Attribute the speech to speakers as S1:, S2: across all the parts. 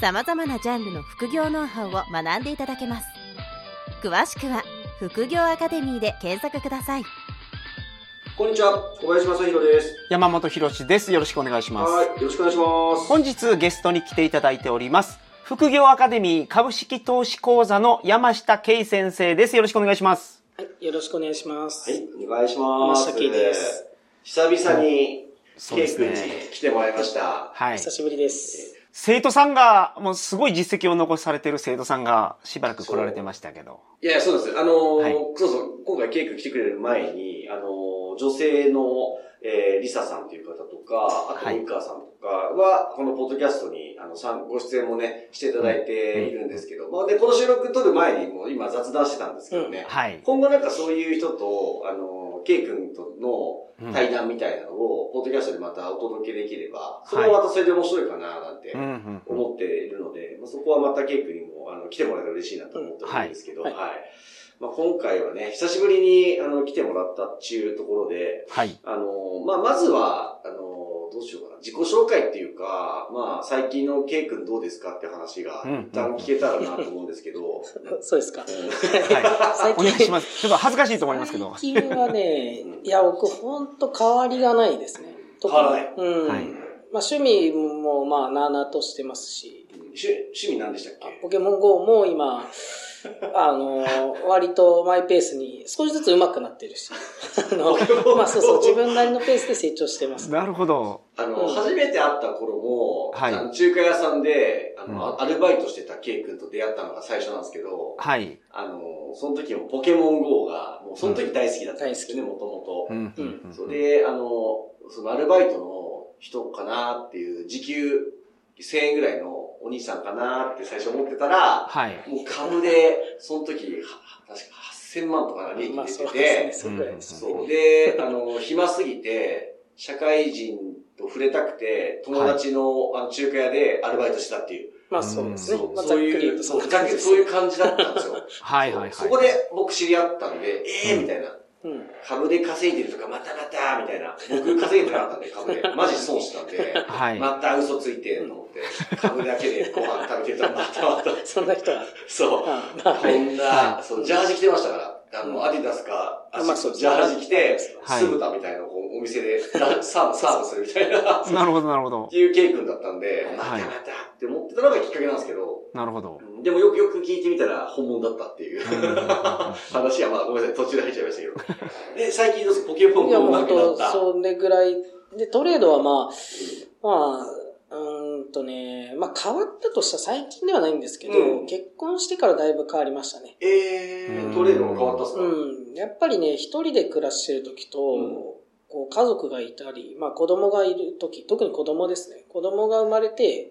S1: さまざまなジャンルの副業ノウハウを学んでいただけます詳しくは「副業アカデミー」で検索ください
S2: こんにちは、小林正宏です。
S3: 山本博史です。よろしくお願いします。
S2: はい、よろしくお願いします。
S3: 本日ゲストに来ていただいております。副業アカデミー株式投資講座の山下圭先生です。よろしくお願いします。
S4: はい、よろしくお願いします。
S2: はい、お願いします。
S4: 山下圭です。
S2: 久々に、
S3: そう
S2: ケ
S3: で
S2: イ
S3: す
S2: 君に
S3: ね。
S2: 来てもらいました。
S3: はい
S4: 久。しぶりです。
S3: 生徒さんが、もうすごい実績を残されてる生徒さんがしばらく来られてましたけど。
S2: いや、そうです。あのー
S3: はい
S2: そうそう、今回ケイ君来てくれる前に、あのー女性の、えー、リサさんという方とか、あと、
S3: はい
S2: ミカさんとかは、このポッドキャストに、あの、さんご出演もね、していただいているんですけど、まあ、で、この収録撮る前にもう今雑談してたんですけどね、
S3: はい。
S2: 今後なんかそういう人と、あの、ケイ君との
S3: うん
S2: 対談みたいなのを、ポッドキャストでまたお届けできれば、
S3: い
S2: それもまたそれで面白いかな、なんて
S3: うんうんうん
S2: 思っているので、まあ、そこはまたケイ君にも、あの、来てもらえたら嬉しいなと思ってるんですけど、
S4: うんは
S2: はいい。まあ、今回はね、久しぶりに、あの、来てもらったっていうところで、
S3: はい。
S2: あの、まあ、まずは、あの、どうしようかな、自己紹介っていうか、まあ、最近のケイ君どうですかって話が
S3: うんうん、
S2: 一旦聞けたらなと思うんです けど、
S4: そうですか。
S3: はい
S4: 最。
S3: お
S4: 近
S3: 願いします。ちょっと恥ずかしいと思いますけど。
S4: 最近はね
S2: うん、
S4: いや、僕、ほんと変わりがないですね。特に
S2: 変わらない
S4: うん。
S3: はい
S4: まあ、趣味も、まあ、なあなあとしてますし、
S2: 趣趣味何でしたっけ
S4: ポケモン GO も 今、あの、割とマイペースに、少しずつ上手くなって るし、あの、まあ、そうそう、自分なりのペースで成長して ます。
S3: なるほど。
S2: あの、
S4: うん
S2: 初めて会った頃も、
S3: はい
S2: あの中華屋さんで、あの、
S3: うん
S2: アルバイトしてた K 君と出会ったのが最初なんですけど、
S3: はい。
S2: あの、その時もポケモン GO が、もうその時大好きだったんですよね、もと
S3: う
S2: も
S3: んうんう
S2: と。そ
S3: ん
S2: れで、あの、そのアルバイトの人かなっていう、時給1000円ぐらいのお兄さんかなって最初思ってたら、
S3: はい。
S2: もう株で、その時、は確か8000万とかが利益
S4: まあ、
S2: 出
S4: そう
S2: て
S4: です
S2: て
S4: ね、、そうぐらいです。
S2: そう。 で、あの、暇すぎて、社会人と触れたくて、友達の,、あの中華屋でアルバイトしたっていう。
S4: まあ、そうですね
S3: う。ん
S4: まあ、ざ
S2: そ
S4: っ
S2: う
S4: くり言
S2: いうう、
S4: と
S2: そ
S4: ん
S2: う
S4: な
S2: ざっく
S4: 感じ
S2: り
S4: です
S2: そういう感じだったんですよ。
S3: はいはいはい。
S2: そうそこで僕知り合ったんで、ええ
S3: うん
S2: みたいな。
S4: うん。
S2: 株で稼いでるとか、またまたみたいな。僕稼いでなかったんで、株で。マジ損したんで。
S3: はい。
S2: また嘘ついてんのって。株だけでご飯食べてたら、またま た。
S4: そんな人は、
S2: そう。
S4: あまあ
S2: こん
S3: は
S2: な、そう、ジャージ着てましたから。あ
S4: う
S2: の、
S4: ん
S2: アディダスか、あ
S4: まあ
S2: そ
S4: そうう
S2: ジャージ着て、
S3: はい
S2: 酢豚みたいなこうお店で、 ラサーブ、サーブするみたいな、っ
S3: なるほどなるほど
S2: て。いうケイ君だったんで、また
S3: は
S2: ま
S3: い
S2: たって思ってたのがきっかけなんですけど、
S3: なるほど。
S2: でもよくよく聞いてみたら本物だったっていう。
S3: うんうんうんうん
S2: 話はまあごめんなさい、途中で入っちゃいましたけど。 で、最近どうですかポケモン
S4: いや、
S2: も
S4: も
S2: な
S4: う
S2: くな
S4: 本
S2: っ
S4: 当、
S2: た。
S4: それぐらい。で、トレードはまあ、まあ、うーんとね、まあ変わったとしたら最近ではないんですけど、
S2: うん
S4: 結婚してからだいぶ変わりましたね。
S2: えー、トレードも変わったっすか
S4: うん。やっぱりね、一人で暮らしてる時と、
S2: うん
S4: こう家族がいたり、まあ子供がいる時、特に子供ですね。子供が生まれて、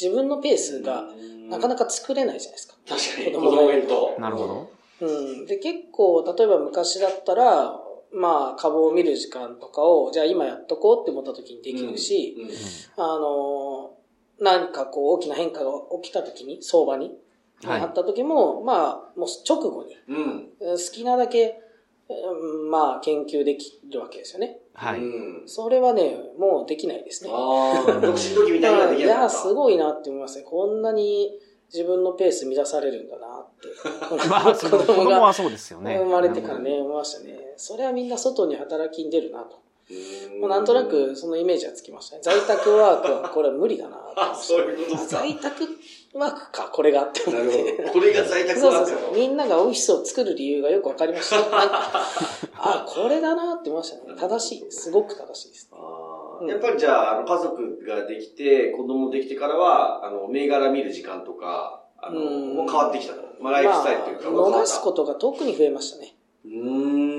S4: 自分のペースが、なかな
S2: か。
S4: か作れないじゃないですか。
S2: 確かに、子供がいると。
S3: なるほど。
S4: うん。で、結構、例えば昔だったら、まあ、株を見る時間とかを、じゃあ今やっとこうって思った時にできるし、
S2: うん。うん
S4: あの、何かこう大きな変化が起きた時に、相場に、
S3: はい
S4: あった時も、まあ、もう直後に、
S2: うん。
S4: うん好きなだけ、うんまあ、研究できるわけですよね。
S3: は
S2: う
S3: い。
S2: ん
S4: それはね、もうできないですね。
S2: ああ、独身の時みたいなのがで
S4: い
S2: きなか
S4: や、
S2: った。
S4: すごいなって思いますね。こんなに自分のペース乱されるんだな って。
S3: まあ、その子供はそうですよね。
S4: 生まれてからね、思いましたね。それはみんな外に働きに出るなと。
S2: うん
S4: もうなんとなくそのイメージはつきましたね。在宅ワークはこれは無理だなと思いま
S2: あ、
S4: し
S2: そう
S4: た
S2: いうことですか。
S4: 在宅ワークか、これがあって思
S2: な
S4: っ
S2: る
S4: て。
S2: ほど。これが在宅
S4: そう
S2: ワー
S4: そう
S2: クだ
S4: そう。
S2: と。
S4: みんながオフィスを作る理由がよくわかり ました。なんかあ、これだなって思いましたね。正しい。すごく正しいです。
S2: あ
S4: う
S2: ー
S4: ん
S2: やっぱりじゃあ、あの家族ができて、子供できてからは、あの、銘柄見る時間とか、あの、
S4: うん
S2: もう変わってきたと。まあ、ライフスタイルというか、
S4: まあ、逃すことが特に増えましたね。
S2: と。うー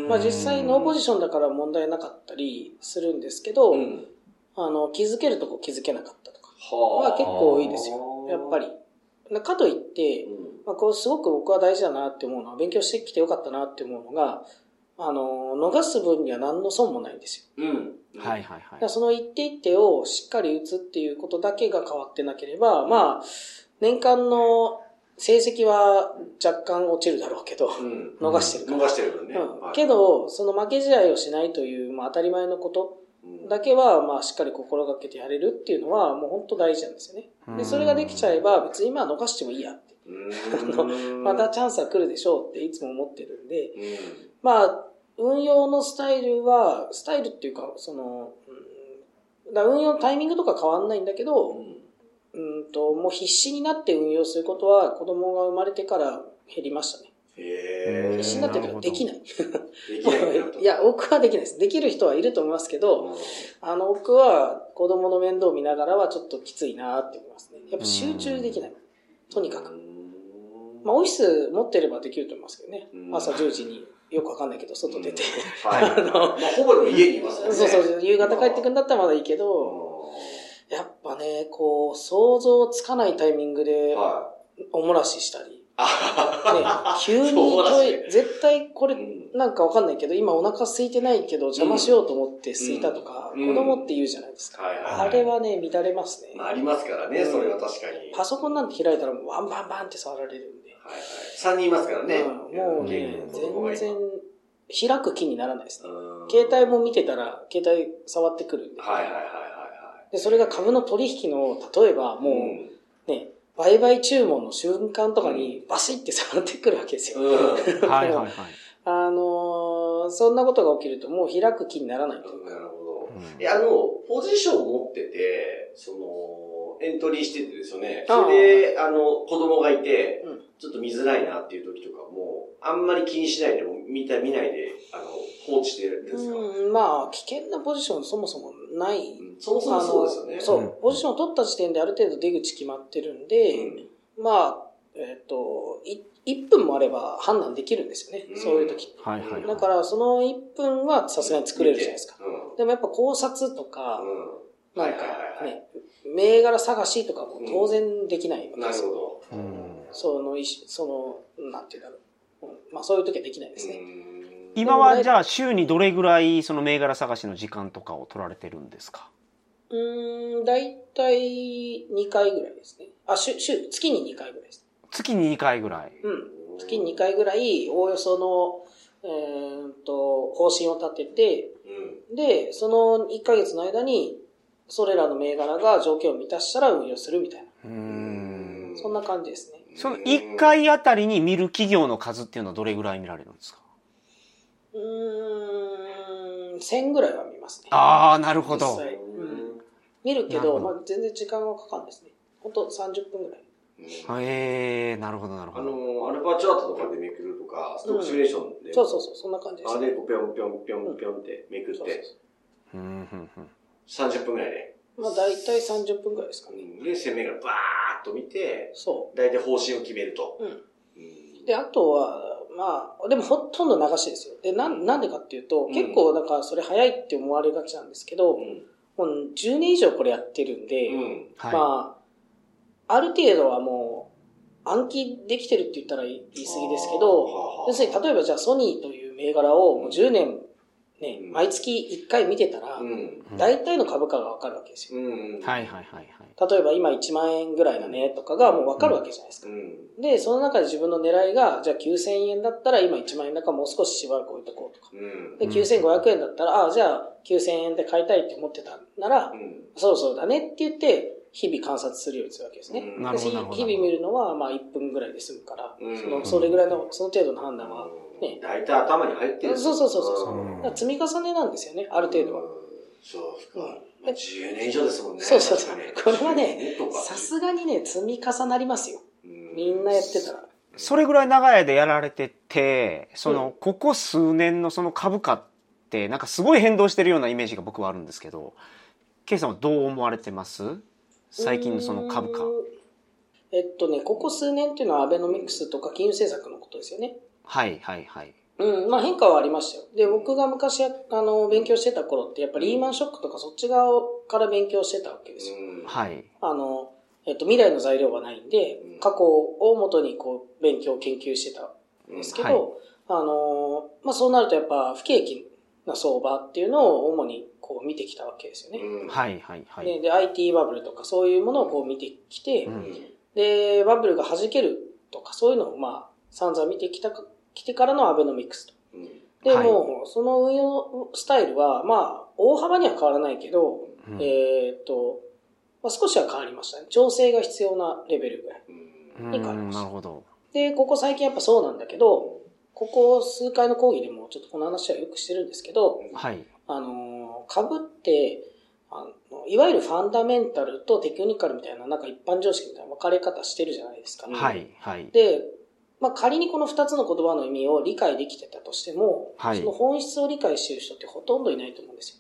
S2: ん。
S4: まあ実際ノーポジションだから問題なかったりするんですけど、
S2: うん。
S4: あの、気づけるとこ気づけなかったとか
S2: は
S4: は
S2: あ。
S4: 結構多いですよ。やっぱり。なかといって、まあ、こうすごく僕は大事だなって思うのは、勉強してきてよかったなって思うのが、あの、逃す分には何の損もないんですよ。
S2: うん。うん。
S3: はい。はい
S4: だか
S3: は
S4: らその一手一手をしっかり打つっていうことだけが変わってなければ、まあ、年間の成績は若干落ちるだろうけど、
S2: うん。
S4: 逃してるから。
S2: 逃してる分ね。
S4: うん
S2: はい
S4: け、ど、その負け試合をしないという、まあ、当たり前のこと
S2: うん
S4: だけは、まあ、しっかり心がけてやれるっていうのは、もう本当大事なんですよね。
S3: い。
S4: で、それができちゃえ
S3: ば、
S4: ば、別に今は逃してもいいやって。
S2: うん
S4: また、チャンスは来るでしょうっていつも思ってるんで、
S2: うん。
S4: まあ、運用のスタイルは、スタイルっていうか、その、うんだから運用のタイミングとか変わんないんだけど、うんと、もう必死になって運用することは、子供が生まれてから減りましたね。
S2: へえ。
S4: 必死になってるか
S3: なるほ
S4: ら
S3: ど
S4: できない。
S2: できないなと。
S4: いや、僕はできないです。できる人はいると思いますけ
S2: う
S4: ど、
S2: ん、
S4: あの、僕は子供の面倒を見ながらはちょっときついなって思いますね。やっぱ集中できない。とにかく。
S2: うん。
S4: まあ、オフィス持ってればできると思いますけどね
S2: う。ん
S4: 朝10時によくわかんないけど、外出て。
S2: はい。まあ、ほぼでも家にいますもんね。
S4: そうそう、夕方帰ってくんだったらまだいいけど、
S2: う
S4: やっぱね、こう、想像つかないタイミングで
S2: ん。は
S4: おもらしした り、
S2: い。あ
S4: ね、急に
S2: そう
S4: トイ
S2: らし
S4: レ、絶対こ
S2: う
S4: れ
S2: ん
S4: なんかわかんないけど、今お腹空いてないけど邪魔しようと思って空いたと
S2: う
S4: か、
S2: ん
S4: 子供って言うじゃないですか。
S2: はいはい。
S4: あれはね、乱れますね。
S2: まあ、ありますからね、それは確かに。
S4: パソコンなんて開いたらもうワンバンバンって触られるんで。
S2: はいはい。3人いますからね。
S4: うんもうね
S2: 子供が、今
S4: 全然開く気にならないですね。
S2: うん
S4: 携帯も見てたら、携帯触ってくるんで。
S2: はいはいはいはい
S4: で、それが株の取引の、例えば
S2: はい。
S4: もう、ね、売買注文の瞬間とかにバシッて触ってくるわけですよ。
S2: うん。
S3: はいはいはい。
S4: あのーそんなことが起きるともう開く気にならないという
S2: な
S4: か。
S2: るほど。
S3: うん
S2: いや、あの、ポジション持ってて、その、エントリーしててですよね。
S4: あー
S2: それで、あの、子供がいて、
S4: うん
S2: ちょっと見づらいなっていう時とかも、あんまり気にしないで、もう見た、見ないで、あの、放置してるんですか、うん
S4: うん、まあ、危険なポジションそもそもない。
S2: そもそもそうですよね。
S4: あのそう
S3: うん
S4: ポジションを取った時点である程度出口決まってるんで、
S2: ん
S4: まあ、えっ、と、い1分もあれば判断できるんですよね
S2: う。ん
S4: そういう時って。
S3: はいはいはい。
S4: だから、その1分はさすがに作れるじゃないですか。。
S2: う
S4: でもやっぱ考察とか、
S2: ん。うん
S4: なんか
S2: はいはいはい
S4: ね、銘柄探しとかも当然できないわけ
S2: な
S4: で
S2: る
S4: すよ。
S2: ほど。
S3: うん
S4: その意思、その、なんていうんだろう。うんまあそういう時はできないですね。
S2: うん
S3: 今はじゃあ週にどれぐらいその銘柄探しの時間とかを取られてるんですか
S4: うーん、だいたい2回ぐらいですね。あ、週、週、月に2回ぐらいです。
S3: 月に2回ぐらい。
S4: うん。月に2回ぐらい、おおよその、えーっと、方針を立て
S2: うん。
S4: て、で、その1ヶ月の間に、それらの銘柄が条件を満たしたら運用するみたいな、
S3: う。
S2: うん
S4: そんな感じですね。
S3: その1回あたりに見る企業の数っていうのはどれぐらい見られるんですか
S4: うーん、1000ぐらいは見ますね。
S3: ああ、なるほ
S4: 実
S3: ど。
S4: 際
S2: うん
S4: 見るけ
S3: なる
S4: ど、
S3: ほど
S4: まあ、全然時間はかかんないですね。ほんと30分ぐらい。
S2: はい。
S3: ええー、なるほどなる
S2: あ
S3: ほど。
S2: の、アルファチャートとかでめくるとか、ストックシミュレーションで。
S4: そうそうそう、そんな感じです
S2: あ
S4: ね。
S2: れ、こうぴょんぴょんぴょんぴょんってめくっ
S4: そうそう
S2: て、
S4: そ
S3: うんうんうん
S2: 30分ぐらいで。
S4: うまあ、大体30分ぐらいですかね。
S2: で、攻めがバーッと見て、
S4: そ
S2: 大体方針を決めると。
S4: う。うん。
S2: うん
S4: で、あとは、まあ、でもほとんど流しですよ。で、なん、なんでかっていうと、
S2: うん
S4: 結構、なんか、それ早いって思われがちなんですけど、もう10年以上これやってるんで、
S2: うん。
S3: はい。
S4: まあ、ある程度はもう、暗記できてるって言ったら言い過ぎですけど、
S2: はあ、
S4: 要するに例えばじゃあソニーという銘柄をもう10年、ね
S2: うん、
S4: 毎月1回見てたら、
S2: うん。
S3: うん
S4: 大体の株価がわかるわけですよ。
S2: うん。
S3: はいはいはいはい。
S4: 例えば今1万円ぐらいだねとかがもうわかるわけじゃないです
S2: う
S4: か。
S2: ん。
S4: で、その中で自分の狙いが、じゃあ9000円だったら今1万円だからもう少ししばらく置いとこうとか。
S2: うん。
S4: で、
S3: うん
S4: 9500円だったら、ああ、じゃあ9000円で買いたいって思ってたなら、
S2: うん
S4: そろそろだねって言って、日々観察するようにするわけですね。
S2: うん
S3: なる
S4: で
S3: ほ
S4: 日
S3: どなるほど
S4: 々見るのはまあ1分ぐらいで済むから、
S2: うん
S4: そのそれぐらいの、その程度の判断はね
S2: 大体頭に入ってる。
S4: そうそうそうそうそう
S3: うん
S4: だから積み重ねなんですよね、ある程度は。
S2: うん。そうですか。
S4: うん
S2: まあ10年以上ですもんね。
S4: そうそうそう
S2: 確かに
S4: これはね、
S2: 10年とか
S4: さすがにね、積み重なりますよ。みんなやってたら。
S3: それぐらい長い間やられてて、その、ここ数年のその株価って、なんかすごい変動してるようなイメージが僕はあるんですけど、ケイさんはどう思われてます最近のその株価
S4: うー。ん。えっとね、ここ数年っていうのはアベノミクスとか金融政策のことですよね。
S3: はいはいはい。
S4: うん、まあ変化はありましたよ。で、僕が昔や、あの、勉強してた頃って、やっぱリーマンショックとかそっち側から勉強してたわけですよ。
S2: うん
S3: はい。
S4: あの、えっと、未来の材料はないんで
S2: うん、
S4: 過去をもとにこう、勉強、研究してた
S2: うん
S4: んです
S2: う
S4: けど、あのーまあ、そうなるとやっぱ不景気な相場っていうのを主にこう見てきたわけですよね。
S2: んい。
S3: はいはいは
S4: で
S3: い。
S4: で IT バブルとかそういうものをこう見てきて、
S3: うん
S4: でバブルが弾けるとかそういうのをまあ散々見てきたかきてからのアベノミクスと。で、
S3: はい
S4: もうその運用スタイルはまあ大幅には変わらないけど、
S3: うん
S4: えーっと、まあ、少しは変わりましたね。調整が必要なレベルぐらい。
S2: うん
S3: うんなるほど。
S4: で、ここ最近やっぱそうなんだけど、ここ数回の講義でもちょっとこの話はよくしてるんですけど、
S3: はい。
S4: あのー、株って、あのいわゆるファンダメンタルとテクニカルみたいな、なんか一般常識みたいな分かれ方してるじゃないですか。
S3: はいはい。
S4: で、まあ、仮にこの2つの言葉の意味を理解できてたとしても、
S3: はい
S4: その本質を理解してる人ってほとんどいないと思うんです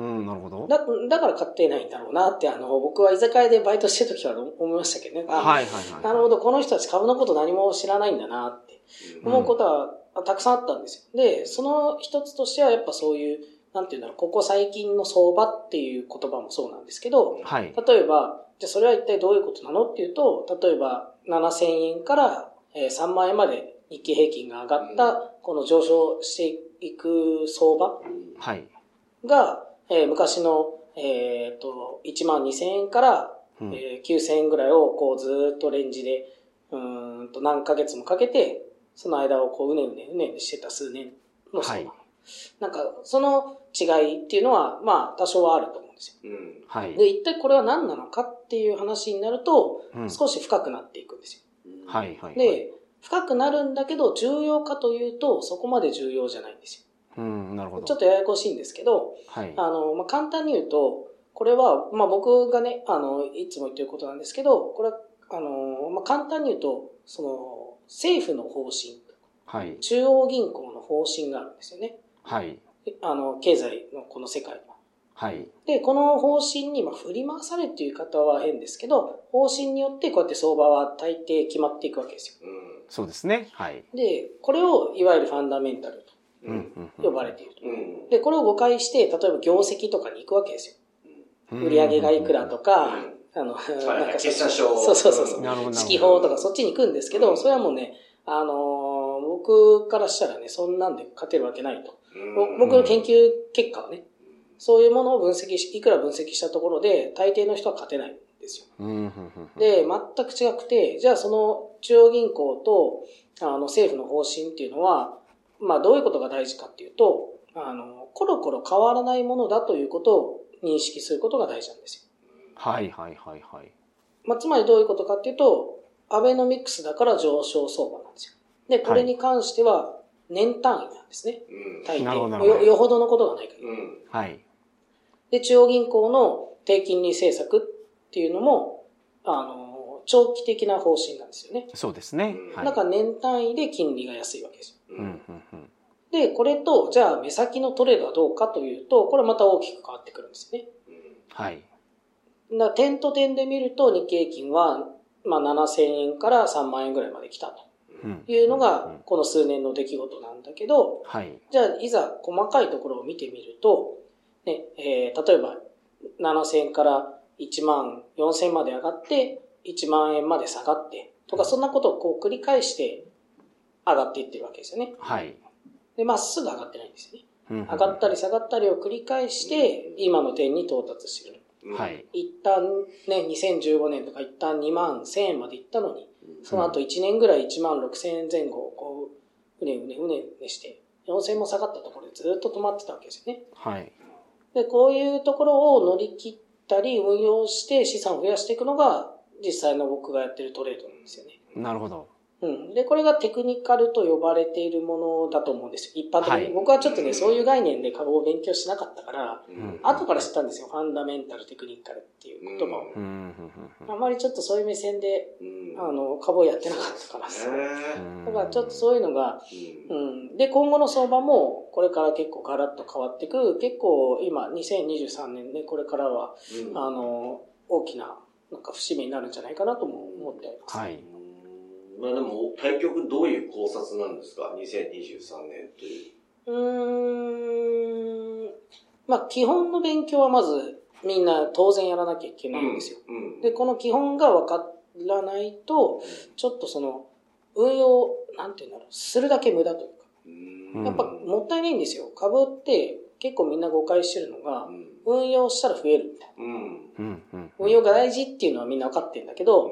S3: うん、なるほど。
S4: よ。だだから買ってないんだろうなって、あの、僕は居酒屋でバイトしてる時は思いましたけどね。あ
S3: はいはいはい。
S4: なるほど、この人たち株のこと何も知らないんだなって。
S3: うん
S4: 思うことはたくさんあったんですよ。で、その一つとしてはやっぱそういう、なんていうんだろう、ここ最近の相場っていう言葉もそうなんですけど、
S3: はい。
S4: 例えば、じゃあそれは一体どういうことなのっていうと、例えば7000円からえー3万円まで日経平均が上がった、
S2: う
S4: この上昇していく相場
S3: はい。
S4: が、えー昔の、えっと、1万2000円から
S3: うん
S4: えー9000円ぐらいをこうずーっとレンジで、うーんと何ヶ月もかけて、その間をこううねうねうねうねしてた数年の差、
S3: はい
S4: なんか、その違いっていうのは、まあ、多少はあると思うんですよ。
S3: はい。
S4: で、一体これは何なのかっていう話になると、
S3: うん
S4: 少し深くなっていくんです
S3: は。いはい。
S4: よ。で、深くなるんだけど、重要かというと、そこまで重要じゃないんです
S3: うん、なるほ
S4: よ。
S3: ど。
S4: ちょっとややこしいんですけど、
S3: はい。
S4: あの、まあ、簡単に言うと、これは、まあ、僕がね、あの、いつも言ってることなんですけど、これは、あの、まあ、簡単に言うと、その、政府の方針、
S3: はい。
S4: 中央銀行の方針があるんですよね。
S3: はい。
S4: えあの、経済のこの世界には。
S3: はい。
S4: で、この方針に、まあ、振り回されるという言い方は変ですけど、方針によってこうやって相場は大抵決まっていくわけですよ。
S3: そうですね。はい。
S4: で、これをいわゆるファンダメンタル
S3: うんうん
S4: と呼ばれていると。
S2: うん。
S4: で、これを誤解して、例えば業績とかに行くわけです
S3: う
S4: よ。
S3: ん
S4: 売り上げがいくらとか、あの、
S2: はい
S4: なんか
S2: 決算書
S4: そうそうそうそう。
S3: なるほどなるほ
S4: 指揮
S3: ど。
S4: 法とかそっちに行くんですけど、それはもうね、あのー僕からしたらね、そんなんで勝てるわけないと。ぼ僕の研究結果はね、そういうものを分析し、いくら分析したところで、大抵の人は勝てないんですよ。
S3: うんうんうんうん
S4: で、全く違くて、じゃあその中央銀行と、あの、政府の方針っていうのは、まあどういうことが大事かっていうと、あの、コロコロ変わらないものだということを認識することが大事なんですよ。
S3: はいはいはいはい。
S4: まあ、つまりどういうことかっていうと、アベノミクスだから上昇相場なんですよ。で、これに関しては年単位なんですね。大
S3: なるほどな
S4: 抵。
S3: るほど
S4: よよほどのことがない限り。
S3: はい。
S4: で、中央銀行の低金利政策っていうのも、あの、長期的な方針なんですよね。
S3: そうですね。はい。
S4: だから年単位で金利が安いわけですよ。
S3: うんうんうん。
S4: で、これと、じゃあ目先のトレードはどうかというと、これまた大きく変わってくるんですよね。
S3: はい。
S4: だから点と点で見ると日経平均は、まあ、7000円から3万円ぐらいまで来たと。
S3: うん
S4: いうの
S3: う
S4: が
S3: ん
S4: この数年の出来事なんだけど、
S3: はい。
S4: じゃあいざ細かいところを見てみると、ねえー例えば7000から1万4000まで上がって、1万円まで下がって、とかそんなことをこう繰り返して上がっていってるわけですよね。
S3: はい。
S4: で、まっすぐ上がってないんですよね。
S3: 上
S4: 上がったり。下がったりを繰り返して、今の点に到達してる。
S3: はい。
S4: 一旦ね、2015年とか一旦2万1000円までいったのに、その後1年ぐらい1万6000円前後をこう、うねうねうねうねして、4000円も下がったところでずっと止まってたわけですよね。
S3: はい。
S4: で、こういうところを乗り切ったり運用して資産を増やしていくのが実際の僕がやってるトレードなんですよね。
S3: なるほど。
S4: うん。で、これがテクニカルと呼ばれているものだと思うんですよ。一般的に。
S3: はい
S4: 僕はちょっとね、そういう概念で株を勉強しなかったから、後から知ったんですよ。ファンダメンタルテクニカルっていう言葉を。
S3: うんうんうん
S4: あまりちょっとそういう目線で、あの、株をやってなかったからさ。
S2: ね
S3: うん。
S4: だからちょっとそういうのが、うん。で、今後の相場も、これから結構ガラッと変わっていく、結構今、2023年で、これからは、あの、大きな、なんか節目になるんじゃないかなとも思っております。
S3: はい。
S2: まあでも、対局どういう考察なんですか ?2023 年という。
S4: うーん。まあ、基本の勉強はまず、みんな当然やらなきゃいけないんですよ。
S2: うん。
S4: で、この基本が分からないと、ちょっとその、運用、なんていうんだろう、するだけ無駄というか。
S2: うん
S4: やっぱもったいないんですよ。株って結構みんな誤解してるのが
S2: う、ん。
S4: 運用したら増えるみたいな。
S2: うん。
S3: うんうん
S4: 運用が大事っていうのはみんな分かってるんだけど、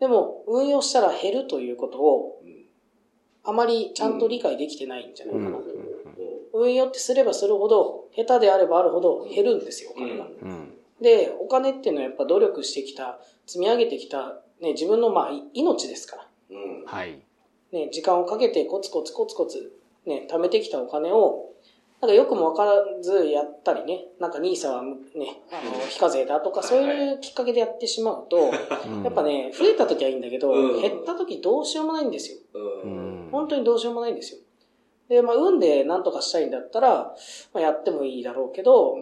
S4: でも運用したら減るということをあまりちゃんと理解できてないんじゃないかな。運用ってすればするほど、下手であればあるほど減るんですよ、お金が。
S3: うん
S4: で、お金っていうのはやっぱ努力してきた、積み上げてきた、ね、自分のまあい命ですから。
S3: はい
S4: ね、時間をかけてコツコツコツコツ、ね、貯めてきたお金を、なんかよくもわからずやったりね、なんか NISA はね、あの、非課税だとか、そういうきっかけでやってしまうと、やっぱね、増えた時はいいんだけど、
S2: うん
S4: 減った時どうしようもないんですよ。
S3: うん
S4: 本当にどうしようもないんですよ。で、まあ、運で何とかしたいんだったら、まあ、やってもいいだろうけど、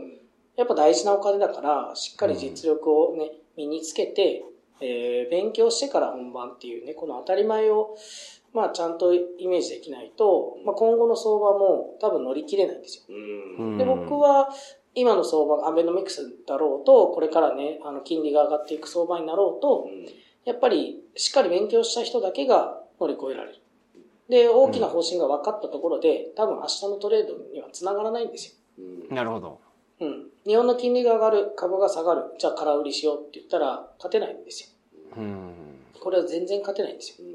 S4: やっぱ大事なお金だから、しっかり実力をね、身につけて、えー勉強してから本番っていうね、この当たり前を、まあ、ちゃんとイメージできないと、まあ、今後の相場も多分乗り切れないんですよ。
S2: うん。
S4: で、僕は、今の相場、アベノミクスだろうと、これからね、あの、金利が上がっていく相場になろうと、やっぱりしっかり勉強した人だけが乗り越えられる。で、大きな方針が分かったところで、多分明日のトレードにはつながらないんです
S3: なるほど
S4: よ。うん。日本の金利が上がる、株が下がる、じゃあ空売りしようって言ったら勝てないんです
S3: うん
S4: よ。これは全然勝てないんですよ。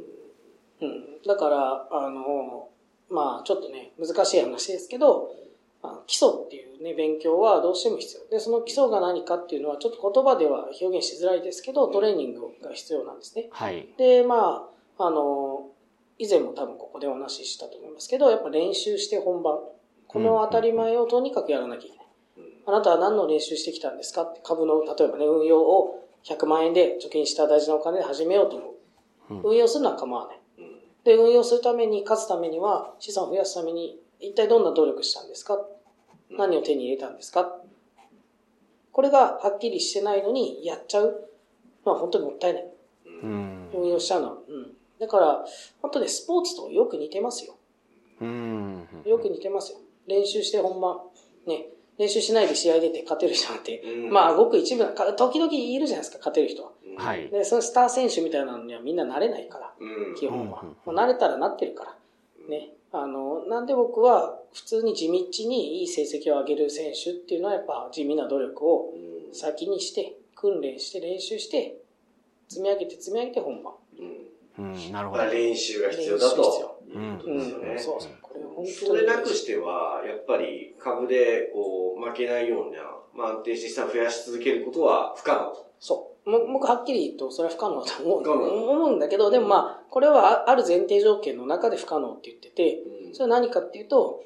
S4: うん。だから、あの、まあちょっとね、難しい話ですけど、あの基礎っていうね、勉強はどうしても必要。で、その基礎が何かっていうのは、ちょっと言葉では表現しづらいですけど、トレーニングが必要なんですね。
S3: はい
S4: で、まあ、あの、以前も多分ここでお話ししたと思いますけど、やっぱ練習して本番。この当たり前をとにかくやらなきゃいけない。あなたは何の練習してきたんですかって株の、例えばね、運用を100万円で貯金した大事なお金で始めようと思う。
S3: うん
S4: 運用するのは構わない。で、運用するために、勝つためには、資産を増やすために、一体どんな努力したんですか何を手に入れたんですかこれがはっきりしてないのに、やっちゃう。まあ本当にもったいない。
S3: うん
S4: 運用しちゃうのは。うん。だから、本当ね、スポーツとよく似てますよ。
S3: うん
S4: よく似てますよ。練習して本番。ね。練習しないで試合出て勝てる人なんて、
S2: うん
S4: まあ、ごく一部な、か時々いるじゃないですか、勝てる人は。
S3: はい
S4: で、そのスター選手みたいなのにはみんな慣れないから、
S2: うん。
S4: 基本は
S3: うん。
S4: もう慣れたらなってるから。ね。あの、なんで僕は、普通に地道にいい成績を上げる選手っていうのは、やっぱ地味な努力を先にして、訓練して、練習して、積み上げて積み上げて本番。
S3: うんなるほど
S2: まあ練習が必要だと。
S3: うん
S2: ですよね
S4: うん、そうそう。これ本
S2: そ
S4: 当に
S2: れなくしては、やっぱり株でこう負けないような、まあ、安定して資産を増やし続けることは不可能と。
S4: そう。も僕はっきり言うと、それは不可能だと思う
S2: 不可能
S4: 思うんだけど、でもまあ、これはあある前提条件の中で不可能って言ってて、それは何かっていうと、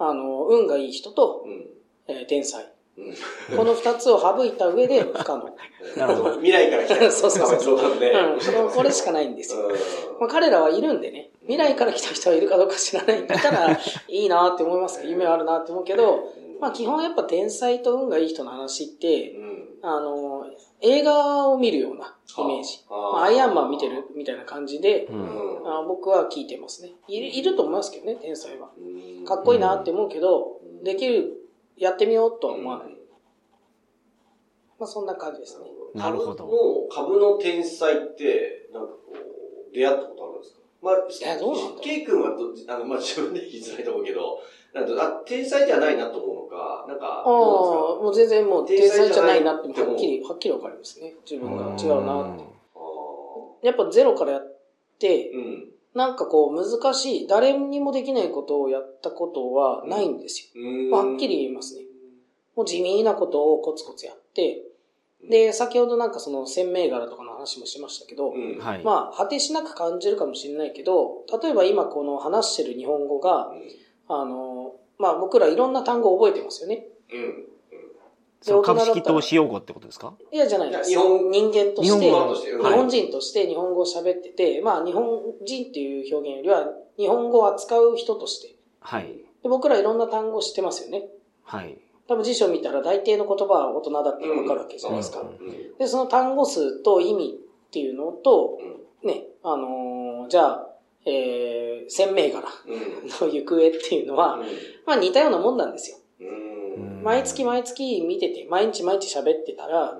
S4: あの、運がいい人と、
S2: う
S4: えー天才。
S2: ん。うん。
S4: この二つを省いた上で不 可能。
S3: なるほど
S2: 未来から来た
S4: そうそうそう
S2: そうだね。
S4: うん、そのこれしかないんですよ。まあ、彼らはいるんでね、未来から来た人はいるかどうか知らないんだったら、いいなって思いますけど、夢はあるなって思うけど、まあ基本やっぱ天才と運がいい人の話って、あの、映画を見るようなイメージ。
S2: あ
S4: ま
S2: あ
S4: あ、アイアンマン見てるみたいな感じで、
S3: うん
S4: あ僕は聞いてますねいる。いると思いますけどね、天才は。
S2: うん。
S4: かっこいいなって思うけど、
S2: うん
S4: できる、やってみようとは思わない。
S2: うん
S4: まあそんな感じですね。
S3: なるほど
S2: 株の株の天才って、なんかこう、出会ったことあるんですかまあ、
S4: やどうなんだろう
S2: K 君はど、あの、まあ、自分で言いづらいと思うけど、なんか、あ、天才じゃないなと思うのか、なんか、
S4: ああ、
S2: どう
S4: もう全然もう天才じゃないなって、
S2: 天才じゃない
S4: はっきり、はっきりわかりますね。自分が違うなって。
S2: な
S4: やっぱゼロからやっ
S2: んで
S4: て、
S2: すか
S4: なんかこう難しい、誰にもできないことをやったことはないんですよ。
S2: うん。
S4: はっきり言いますね。もう地味なことをコツコツやって、で、先ほどなんかその鮮銘柄とかの話もしましたけど、
S2: うん。
S3: はい
S4: まあ、果てしなく感じるかもしれないけど、例えば今この話してる日本語が、あの、まあ僕らいろんな単語を覚えてますよね。
S2: うん。
S3: その株式投資用語ってことですか
S4: いやじゃないです。
S2: いや日本
S4: 人間として、
S3: 日本
S4: 日
S2: 今
S3: 語
S2: と
S4: 本
S2: して、
S3: はい
S4: 人として日本語を喋ってて、まあ日本人っていう表現よりは、日本語を扱う人として。
S3: はい
S4: で僕らいろんな単語を知ってますよね。
S3: はい
S4: 多分辞書見たら大抵の言葉は大人だったらわかるわけじゃないですか。
S3: うん
S2: うん。
S4: で、その単語数と意味っていうのと、ね、あのーじゃあ、えー、鮮銘柄
S2: うん。
S4: の行方っていうのは、まあ似たようなもんなんですよ。
S2: うん。うん。
S4: 毎月毎月見てて、毎日毎日喋ってたら、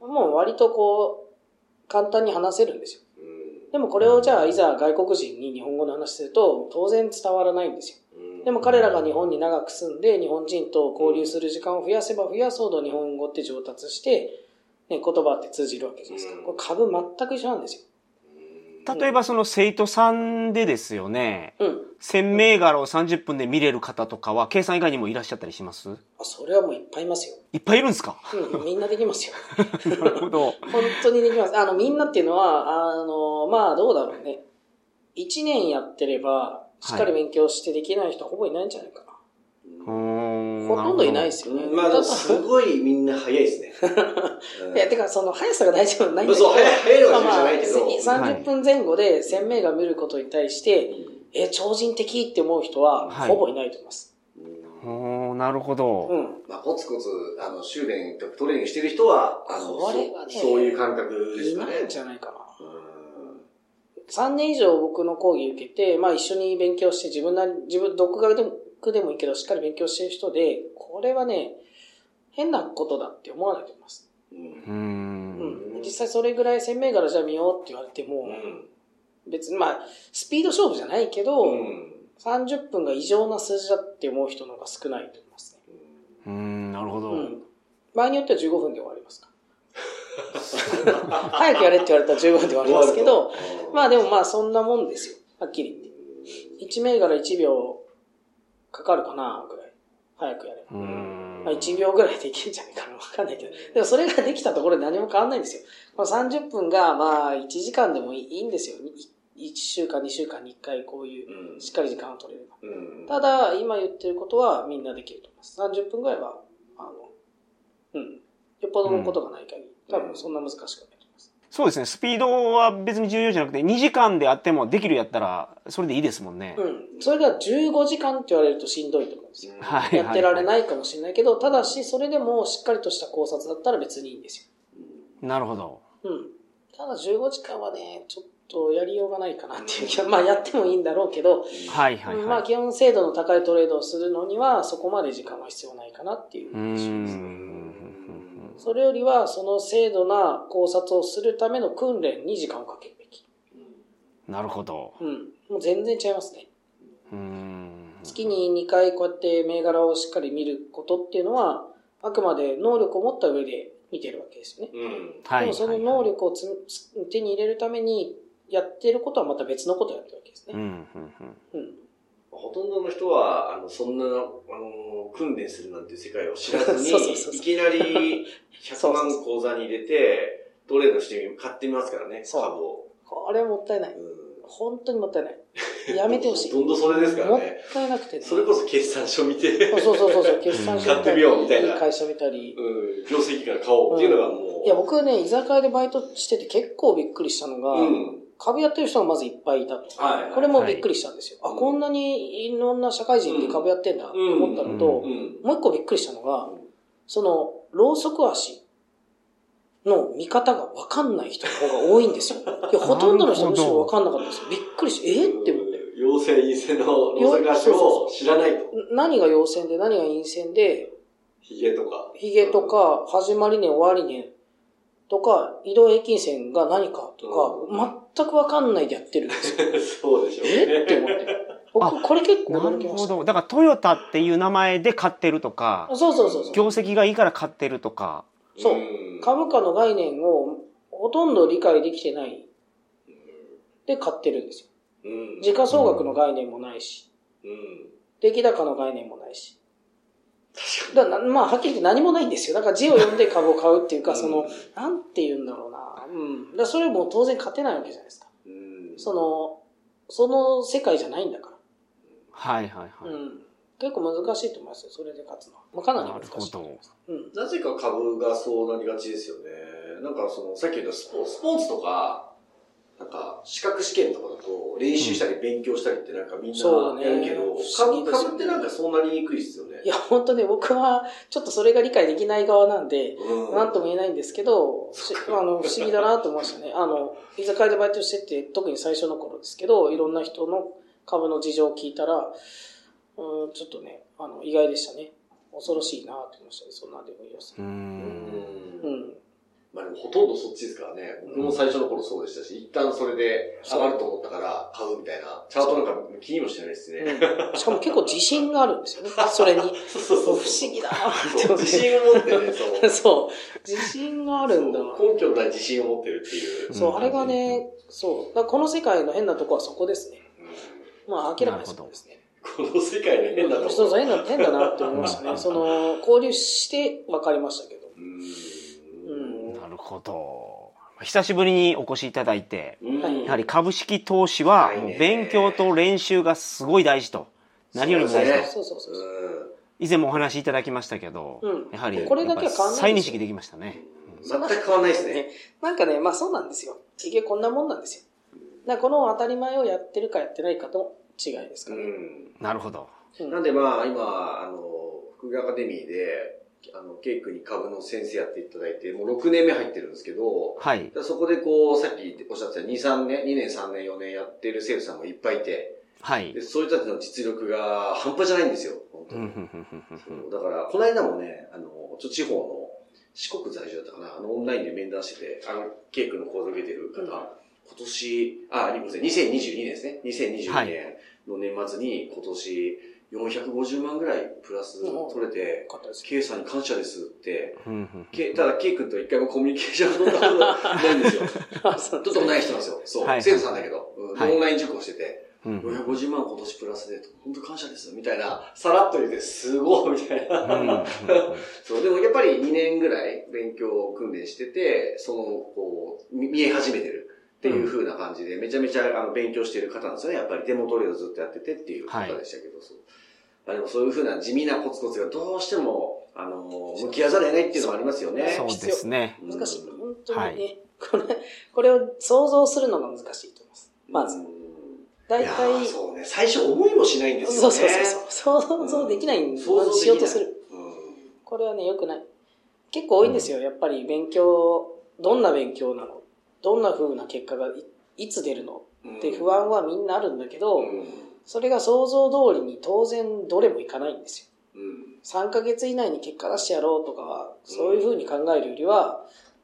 S2: うん
S4: もう割とこう、簡単に話せるんですよ。
S2: うん
S4: でもこれをじゃあ、いざ外国人に日本語の話すると、当然伝わらないんですよ。
S2: うん
S4: でも彼らが日本に長く住んで、日本人と交流する時間を増やせば増やそうと日本語って上達して、ね、言葉って通じるわけじゃないです
S2: うん
S4: か。これ株全く一緒なんですよ。
S3: 例えばその生徒さんでですよね、
S4: うん。
S3: 1000銘柄を30分で見れる方とかは、計算以外にもいらっしゃったりします
S4: あそれはもういっぱいいますよ。
S3: いっぱいいるんです か
S4: うん、みんなできますよ。
S3: なるほど。
S4: 本当にできます。あの、みんなっていうのは、あの、まあ、どうだろうね。一年やってれば、しっかり勉強してできない人はほぼいないんじゃないかな。
S3: ほ。
S4: ほとんどいないですすよね。
S2: まあで
S4: だ
S2: もすごいみんな早いですね。うん
S4: いや、てか、その、速さが大丈夫ないんだけ
S2: そう、
S4: ど。
S2: 早い、早いの
S4: ま
S2: は
S4: あ
S2: 重要じゃ
S4: まあ、
S2: ないけど。
S4: 30分前後で1000名が見ることに対して、
S2: う
S4: え、超人的って思う人は、
S3: はい
S4: ほぼいないと思います。
S2: ん
S3: ほーなるほど。
S4: うん。
S2: まあ、コツコツ、あの、修練、トレーニングしてる人は、あの、
S4: これはね
S2: そうそういう感覚です
S4: い
S2: か
S4: な
S2: ね。
S4: いんじゃないかな。3年以上僕の講義受けて、まあ一緒に勉強して自分なり、自分、独学でも、でもいいけど、しっかり勉強してる人で、これはね、変なことだって思わないと思います。
S2: うんうん
S3: うー。
S4: うんん。実際それぐらい鮮明柄じゃあ見ようって言われても、別にまあ、スピード勝負じゃないけど、
S2: うん
S4: 30分が異常な数字だって思う人の方が少ないと思いますね。
S3: うーん、なるほど。
S4: うん。場合によっては15分で終わりますか。 早くやれって言われたら15分で終わりますけど、、まあでもまあそんなもんですよ。はっきり言って。1銘柄1秒かかるかなぐらい。早くやれば。
S3: うーん
S4: まあ、1秒ぐらいでいけんじゃないかなわかんないけど。でもそれができたところで何も変わんないんですよ。この30分がまあ1時間でもいいいいんですよ。1週間2週間に1回こういう
S2: うん
S4: しっかり時間を取れれば。
S2: うん
S4: ただ今言ってることはみんなできると思います。30分ぐらいは、あの、うん。よっぽどのことがない限り、多分そんな難しくはないと思います。
S3: そうですね。スピードは別に重要じゃなくて、2時間であってもできるやったら、それでいいですもんね。
S4: うん。それが15時間って言われるとしんどいと思うんですよ。
S3: はい
S4: やってられないかもしれないけど、ただし、それでもしっかりとした考察だったら別にいいんです
S3: なるほど。
S4: よ。うん。ただ15時間はね、ちょっとやりようがないかなっていう気は、まあやってもいいんだろうけど、
S3: はいはい
S4: まあ
S3: はい。
S4: 基本精度の高いトレードをするのには、そこまで時間は必要ないかなっていう
S3: うー
S4: 印象です。
S3: ん。
S4: それよりは、その精度な考察をするための訓練に時間をかけるべき。
S3: なるほど。
S4: うん。もう全然違いますね。
S3: うーん。
S4: 月に2回こうやって銘柄をしっかり見ることっていうのは、あくまで能力を持った上で見てるわけですよね。
S2: うん
S3: はい。
S4: でもその能力をつつ手に入れるためにやってることはまた別のことをやってるわけです
S3: うん
S4: ね。
S3: うんうん。
S4: うん。
S2: ほとんどの人は、あの、そんな、あの、訓練するなんていう世界を知らずに、
S4: そうそうそうそう
S2: いきなり100万口座に入れて、トレードしてみ、買ってみますからね、
S4: そう
S2: 株を。
S4: これもったいない。
S2: う
S4: 本当にもったいない。やめてほしい。
S2: ほとんどそれですからね
S4: もったいなくて
S2: ん
S4: ね。
S2: それこそ決算書見て、
S4: そうそうそうそうそう、決算書
S2: 買ってみようみたいない
S4: 会社見たり。
S2: うん、業績から買おうっていうのがもう。
S4: いや、僕はね、居酒屋でバイトしてて結構びっくりしたのが、
S2: うん。
S4: 株やってる人がまずいっぱいいたと。
S2: はい
S4: これもびっくりしたんですよ。
S2: はい
S4: あ、こんなにいろんな社会人って株やってんだって思ったのと、
S3: うん
S2: うん。
S4: もう一個びっくりしたのが
S2: うん、
S4: その、ろうそく足の見方がわかんない人の方が多いんです よ。いや、ほとんどの人はむしろわかんなかったんですよ。びっくりして、えーって思って。
S2: 陽性陰性の大阪市を知らないと。
S4: 何が陽線で何が陰線で、
S2: ヒゲとか。
S4: ヒゲとか、始まり年終わり年とか、移動平均線が何かとか、全くわかんないでやってるんです よ。
S2: うん。そうでしょう
S4: えっ
S2: ね。
S4: て思って。僕、これ結構
S3: な
S4: 驚き
S3: るほ
S4: ました。
S3: ど。だからトヨタっていう名前で買ってるとか、
S4: そうそうそうそう。
S3: 業績がいいから買ってるとか。
S4: そうん株価の概念をほとんど理解できてないで買ってるんですよ。
S2: うん。
S4: 時価総額の概念もないし、
S2: うん。
S4: 出来高の概念もないし。だからなまあ、はっきり言って何もないんですよ。だから字を読んで株を買うっていうか、その、なんて言うんだろうな。うん。だからそれも当然勝てないわけじゃないですか。
S2: うん。
S4: その、その世界じゃないんだか
S3: はいはい
S4: ら。う
S3: は。
S4: ん。結構難しいと思いますよ。それで勝つのは。まあ、かないり
S3: な
S4: 難
S3: る
S4: し
S3: ほ
S4: いと思い
S3: ど
S4: ま。す。うん。
S2: なぜか株がそうなりがちですよね。なんかその、さっき言ったスポーツスポーツとか、なんか資格試験とかだと練習したり勉強したりってなんかみん
S4: そう
S2: な
S4: ね
S2: やるけど、
S4: 不思
S2: 株
S4: 議ですよね
S2: 株ってなんかそうなりにくいですよね
S4: い。や、本当ね、僕は、ちょっとそれが理解できない側なんで、
S2: うん
S4: なんとも言えないんですけど、しあの、不思議だなと思いましたね。あの、居酒屋でバイトしてて、特に最初の頃ですけど、いろんな人の株の事情を聞いたら、うん、ちょっとね、あの、意外でしたね。あ恐ろしいなって思いましたね、そんなんで運用す
S3: うん。
S4: る。う
S2: うん
S4: ん。
S2: まあでもほとんどそっちですからね。僕も最初の頃そうでしたし、一旦それで下がると思ったから買うみたいな。チャートなんか気にもしないですね。
S4: うんしかも結構自信があるんですよね、それに。
S2: そうそう
S4: 不
S2: そう。
S4: 思議だなって
S2: そ
S4: 思
S2: う
S4: って
S2: 自信を持ってね、そう。
S4: そう。自信があるんだな。
S2: そう根拠のない自信を持ってるっていう。
S4: そうう、
S3: ん
S4: あれがね、そう。だからこの世界の変なとこはそこですね。
S2: う
S4: まあ、明らかにそうですね。
S2: ん。この世界の変なとこ
S4: そうそう、変な、変だなって思いましたね。その、交流して分かりましたけど。
S2: うん。
S3: なるほど。久しぶりにお越しいただいて、
S2: うん
S4: はい
S3: やはり株式投資は
S2: はいね
S3: もう勉強と練習がすごい大事と。何よりも
S2: そう
S3: 大
S2: で
S3: 事
S2: す
S3: と
S2: ね。
S4: そうそうそうそう。
S3: 以前もお話しいただきましたけど、
S4: うん
S3: やはり
S4: これだけは変わんない
S3: 再認識できましたね。
S2: うん。全く変わんないですね。
S4: なんかね、まあそうなんですよ。結局こんなもんなんですよ。だからこの当たり前をやってるかやってないかの違いです
S2: う
S4: からね。
S2: ん。
S3: なるほど。
S4: うん
S2: なんでまあ今、あの、福井アカデミーで、あの、ケイ君に株の先生やっていただいて、もう6年目入ってるんですけど、
S3: はい。
S2: そこでこう、さっきおっしゃってた2、3年、2年、3年、4年やってる生徒さんもいっぱいいて、
S3: はい
S2: で。そういう人たちの実力が半端じゃないんですよ、本当
S3: うん
S2: に。
S3: うんうんうんうん
S2: だから、この間もね、あの、ちょ地方の四国在住だったかな、あの、オンラインで面談してて、あの、ケイ君の講座受けてる方、
S4: うん
S2: 今年、あ、ごめんなさい、2022年ですね。
S3: は
S2: 2022
S3: い
S2: 年の年末に、今年450万ぐらいプラス取れて
S4: よ、かったです。
S2: ケイさんに感謝ですって、
S3: うんうん
S2: ケイただケイ君と一回もコミュニケーション取ったことないんです よ。
S4: あそう
S2: とってもない人なんですよ。そう。
S3: はい
S2: 生徒さんだけど、うん
S3: はい
S2: オンライン塾をしてて、
S3: うんうん
S2: 550万今年プラスで、本当感謝です、みたいな、さらっと言って、すごい、みたいな。そう、でもやっぱり2年ぐらい勉強訓練してて、その、こう、見見え始めてるっていう風な感じで、めちゃめちゃあの勉強してる方なんですよね。やっぱりデモトレードずっとやっててっていう方でしたけど、そう。まあでもそういう風な地味なコツコツがどうしても、あの、向き合わざるを得ないっていうのはありますよね。
S3: そうですね。
S2: ん
S4: 難しい。本当にね、
S3: は
S4: これ、これを想像するのが難しいと思います。ま
S2: う
S4: ず、
S2: ん
S4: 大
S2: いやー
S4: 体、そう
S2: そうね。最初思いもしないんですよね。
S4: そうそうそう、想像できないんで、
S2: 想像できない
S4: しようとする。
S2: うん
S4: これはね、良くない。結構多いんですよ、やっぱり勉強、どんな勉強なのどんな風な結果がいいつ出るのって不安はみんなあるんだけど、
S2: うん
S4: それが想像通りに当然どれもいかないんですよ。
S2: うん
S4: 3ヶ月以内に結果出してやろうとかは、そういう風に考えるよりは、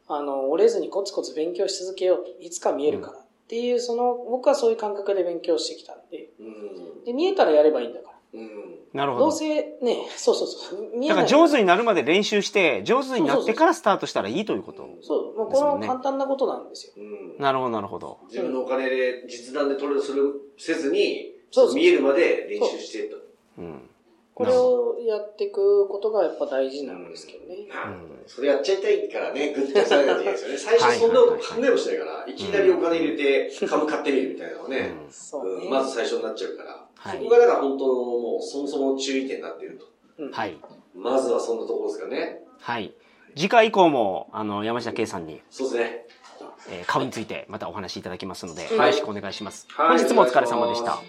S4: あの、折れずにコツコツ勉強し続けようと、いつか見えるから。っていう、その、僕はそういう感覚で勉強してきたんで、
S2: うん
S4: で、見えたらやればいいんだから。
S2: うん
S3: なるほ
S4: どう
S3: ど。
S4: せね、そうそうそう、見え
S3: だ
S4: な
S3: か
S4: い。
S3: ら上手になるまで練習して、上手になってからスタートしたらいいということ。
S4: そう、もう
S3: です
S4: これ
S3: も
S4: は
S3: んね
S4: 簡単なことなんですよ。
S2: うん
S3: なるほど、なるほど。
S2: 自分のお金で実弾でトレードするせずに、
S4: そうそう
S2: 見えるまで練習してと。
S3: うん。
S4: これをやっていくことがやっぱ大事なんですけどね。
S2: なるほど
S3: うん
S2: それやっちゃいたいからね、ぐっと押されないといけないですよね。最初そんなこと考えもしないから、いきなりお金入れて株買ってみるみたいなのが
S3: う
S2: ね、
S3: ん
S4: そう
S2: う
S4: ね。
S2: んまず最初になっちゃうから、
S3: はい
S2: そこがだから本当のもうそもそもの注意点になっていると。
S4: うん
S3: はい。
S2: まずはそんなところですかね。
S3: はい。次回以降も、あの、山下圭さんに、
S2: そうですね。
S3: えー株についてまたお話しいただきますので、
S2: はい
S3: よろしくお願いします。
S2: はい
S3: 本日もお疲れ様でし
S2: お
S3: た
S2: 願い。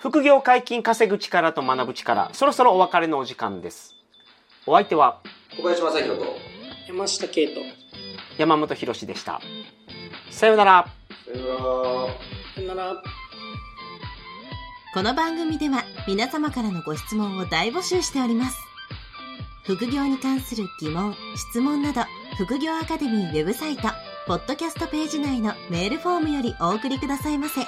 S3: 副業解禁稼ぐ力と学ぶ力、そろそろお別れのお時間です。お相手は
S2: 小林正宏と。
S4: 山下圭と、
S3: 山本博史でした。さようなら。
S2: さよなら。
S4: さよなら。
S1: この番組では皆様からのご質問を大募集しております。副業に関する疑問、質問など、副業アカデミーウェブサイト、ポッドキャストページ内のメールフォームよりお送りくださいませ。